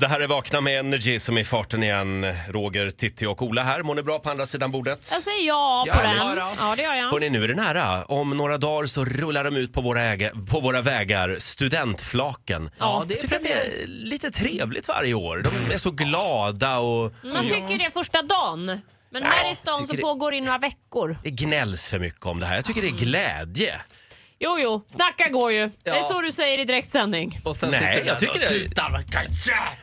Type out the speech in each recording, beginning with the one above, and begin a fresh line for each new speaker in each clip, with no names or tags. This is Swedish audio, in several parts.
Det här är Vakna med Energy som är i farten igen. Roger, Titti och Ola här. Mår ni bra på andra sidan bordet?
Jag säger ja på
Ja,
den.
ja då.
Ja, det gör jag.
Hörrni, nu är det nära. Om några dagar så rullar de ut på våra, äge- på våra vägar, studentflaken.
Ja, det
Jag
är
tycker att det är lite trevligt varje år. De är så glada och
Man tycker det första dagen. Men här i stan så
tycker det-
pågår det i några veckor.
det gnälls för mycket om det här. Jag tycker det är glädje.
Jo, jo, snacka går ju. Det är
Ja.
så du säger i direktsändning.
Och sen
Nej,
sitter den
jag tycker
och
det-
tutar.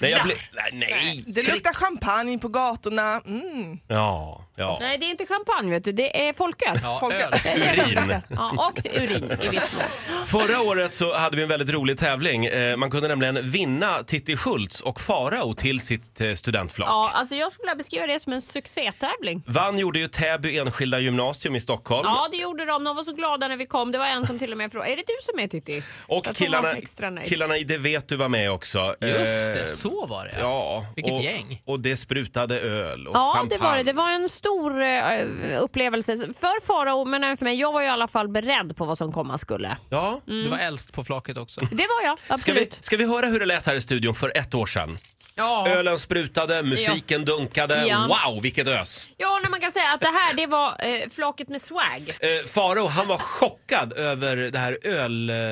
Nej, jag blir... Nej, nej.
Det luktar champagne på gatorna. Mm.
Ja, ja.
Nej, det är inte champagne vet du. Det är folköl. Ja.
Ja,
Folk-
öl.
Urin.
och urin i viss mån.
Förra året så hade vi en väldigt rolig tävling. Eh, Man kunde nämligen vinna Titti Schultz och Farao till sitt eh, studentflak.
Ja, alltså jag skulle vilja beskriva det som en succétävling.
Vann gjorde ju Täby enskilda gymnasium i Stockholm.
Ja, det gjorde de. De var så glada när vi kom. Det var en som till och med frågade, är det du som är Titti? Så
och
att hon var
killarna,
extra nöjd.
killarna i Det vet du var med också.
Just
Eh,
det, så var det
Ja.
Vilket
och,
gäng.
Och det sprutade öl och
Ja,
champagne.
det var det. Det var en stor eh, upplevelse för Farao, men även för mig. Jag var ju i alla fall beredd på vad som komma skulle.
Ja.
Du var äldst på flaket också.
Det var jag,
Ska, vi,
Mm, absolut.
ska vi höra hur det lät här i studion för ett år sedan?
Ja.
Ölen sprutade, musiken dunkade.
Ja.
Wow, vilket ös!
ja, när man kan säga att det här det var eh, flaket med swag.
Eh, Faro, han var chockad över det här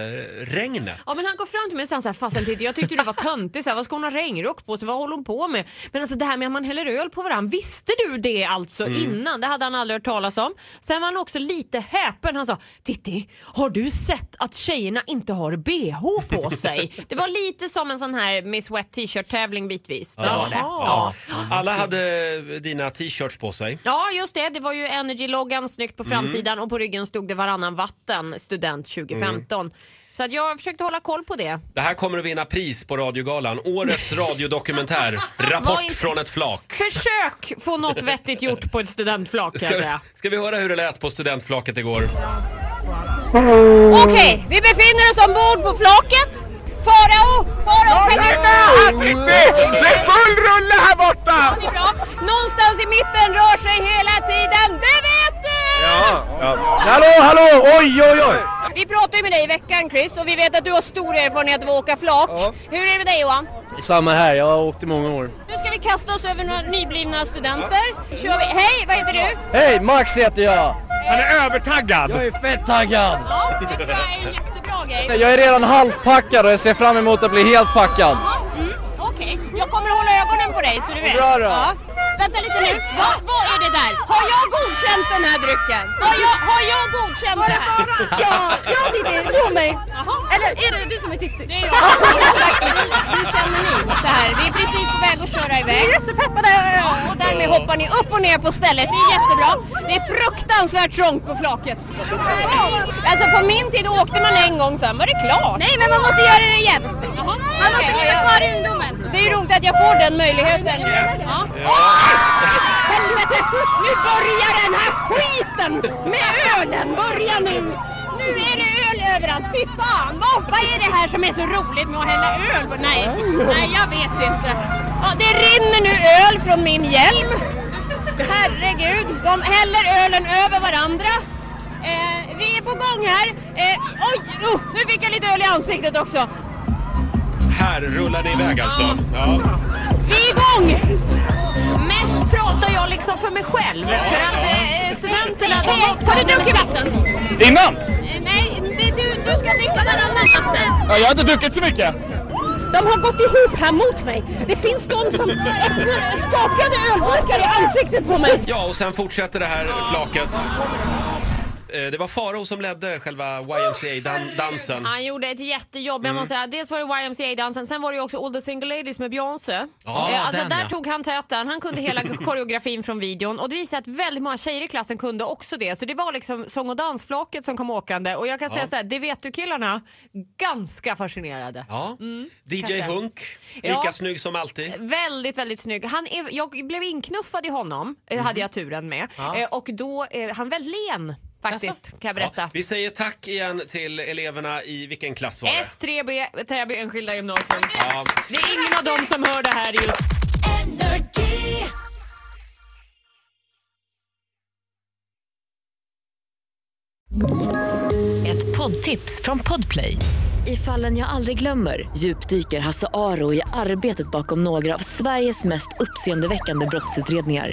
ölregnet.
Ja, men han går fram till mig och säger så här, fasen titta jag tyckte du var töntig, så här, vad ska hon ha regnrock på sig, vad håller hon på med? Men alltså det här med att man häller öl på varandra, visste du det alltså innan? Det hade han aldrig hört talas om. Sen var han också lite häpen, han sa, Titti, har du sett att tjejerna inte har bh på sig? det var lite som en sån här Miss Wet t-shirt tävling bitvis. Det var det. Ja.
Alla hade dina t-shirts på sig.
Ja just det, det var ju Energy-loggan snyggt på framsidan och på ryggen stod det varannan vatten, student 2015. Så att jag försökte hålla koll på det.
Det här kommer att vinna pris på Radiogalan. Årets radiodokumentär.
Var
Rapport
inte-
från ett flak.
Försök få något vettigt gjort på ett studentflak kan jag
Ska,
säga.
ska vi höra hur det lät på studentflaket igår?
Okej, vi befinner oss ombord på flaket. Farao, Farao kan du...
Det är full rulle här borta!
Det är bra. Någonstans i mitten rör sig hela tiden, det vet du!
Hallå, hallå! Oj, oj, oj!
Vi pratade ju med dig i veckan Chris och vi vet att du har stor erfarenhet av att åka flak. Hur är det med dig Johan?
Samma här, jag har åkt i många år.
Nu ska vi kasta oss över några nyblivna studenter. Kör vi. Hej, vad heter du?
Hej, Max heter jag!
Han är övertaggad!
Jag är fett taggad!
Ja, det tror jag är en jättebra grej.
Jag är redan halvpackad och jag ser fram emot att bli helt packad.
Ja, Mm, Okej, jag kommer hålla ögonen på dig så du vet.
Bra då.
Vänta lite nu, Va, vad är det där? Har jag godkänt den här drycken? Har jag, har jag godkänt det här?
Ja, jag Titti, tro mig.
Jaha.
Eller är det du som är Titti?
Det är jag. Hur känner ni? Så här, vi är precis på väg att köra iväg.
Jättepeppade!
Ja, och därmed hoppar ni upp och ner på stället, det är jättebra. Det är fruktansvärt trångt på flaket. Alltså på min tid åkte man en gång, sen var det klart.
Nej men man måste göra det igen!
Jaha.
Man måste
Okej,
leva
jag-
kvar i ungdomen!
Det är ju roligt att jag får den möjligheten nu. Ja.
Helvete! Nu börjar den här skiten med ölen! Börja nu!
Nu är det öl överallt, fy fan! Vad, vad är det här som är så roligt med att hälla öl på? Nej, nej jag vet inte. Ja, det rinner nu öl från min hjälm. Herregud, de häller ölen över varandra. Eh, vi är på gång här. Eh, oj, oh, nu fick jag lite öl i ansiktet också.
Här rullar det iväg alltså. Ja.
Vi är igång! Mest pratar jag liksom för mig själv. För att eh, studenterna... Hey, hey, har du druckit vatten?
Innan?
Nej, det, du, du ska dricka varannan vatten.
Ja, jag har inte druckit så mycket.
De har gått ihop här mot mig. Det finns de som öppnar skakade ölburkar i ansiktet på mig.
ja, och sen fortsätter det här flaket. Eh, Det var Faro som ledde själva YMCA-dansen.
Han gjorde ett jättejobb.
Mm.
Jag måste säga, dels var det YMCA-dansen, sen var det ju också All the single ladies med Beyoncé.
Ja,
Eh, alltså,
den,
där
ja.
tog han täten. Han kunde hela koreografin från videon. Och det visade att väldigt många tjejer i klassen kunde också det. Så det var liksom sång och dansflaket som kom åkande. Och jag kan säga så här, det vet du killarna, ganska fascinerade.
Ja. DJ
Mm. kanske.
Hunk,
Ja.
lika snygg som alltid.
Väldigt, väldigt snygg. Han är, jag blev inknuffad i honom, eh,
Mm.
hade jag turen med. Eh, och då, eh, han var len faktiskt, kan jag
Ja,
berätta.
vi säger tack igen till eleverna i vilken klass var det?
S3B, Täby Enskilda Gymnasium.
Ja.
Det är ingen av dem som hör det här just
Ett poddtips från Podplay. I fallen jag aldrig glömmer djupdyker Hasse Aro i arbetet bakom några av Sveriges mest uppseendeväckande brottsutredningar.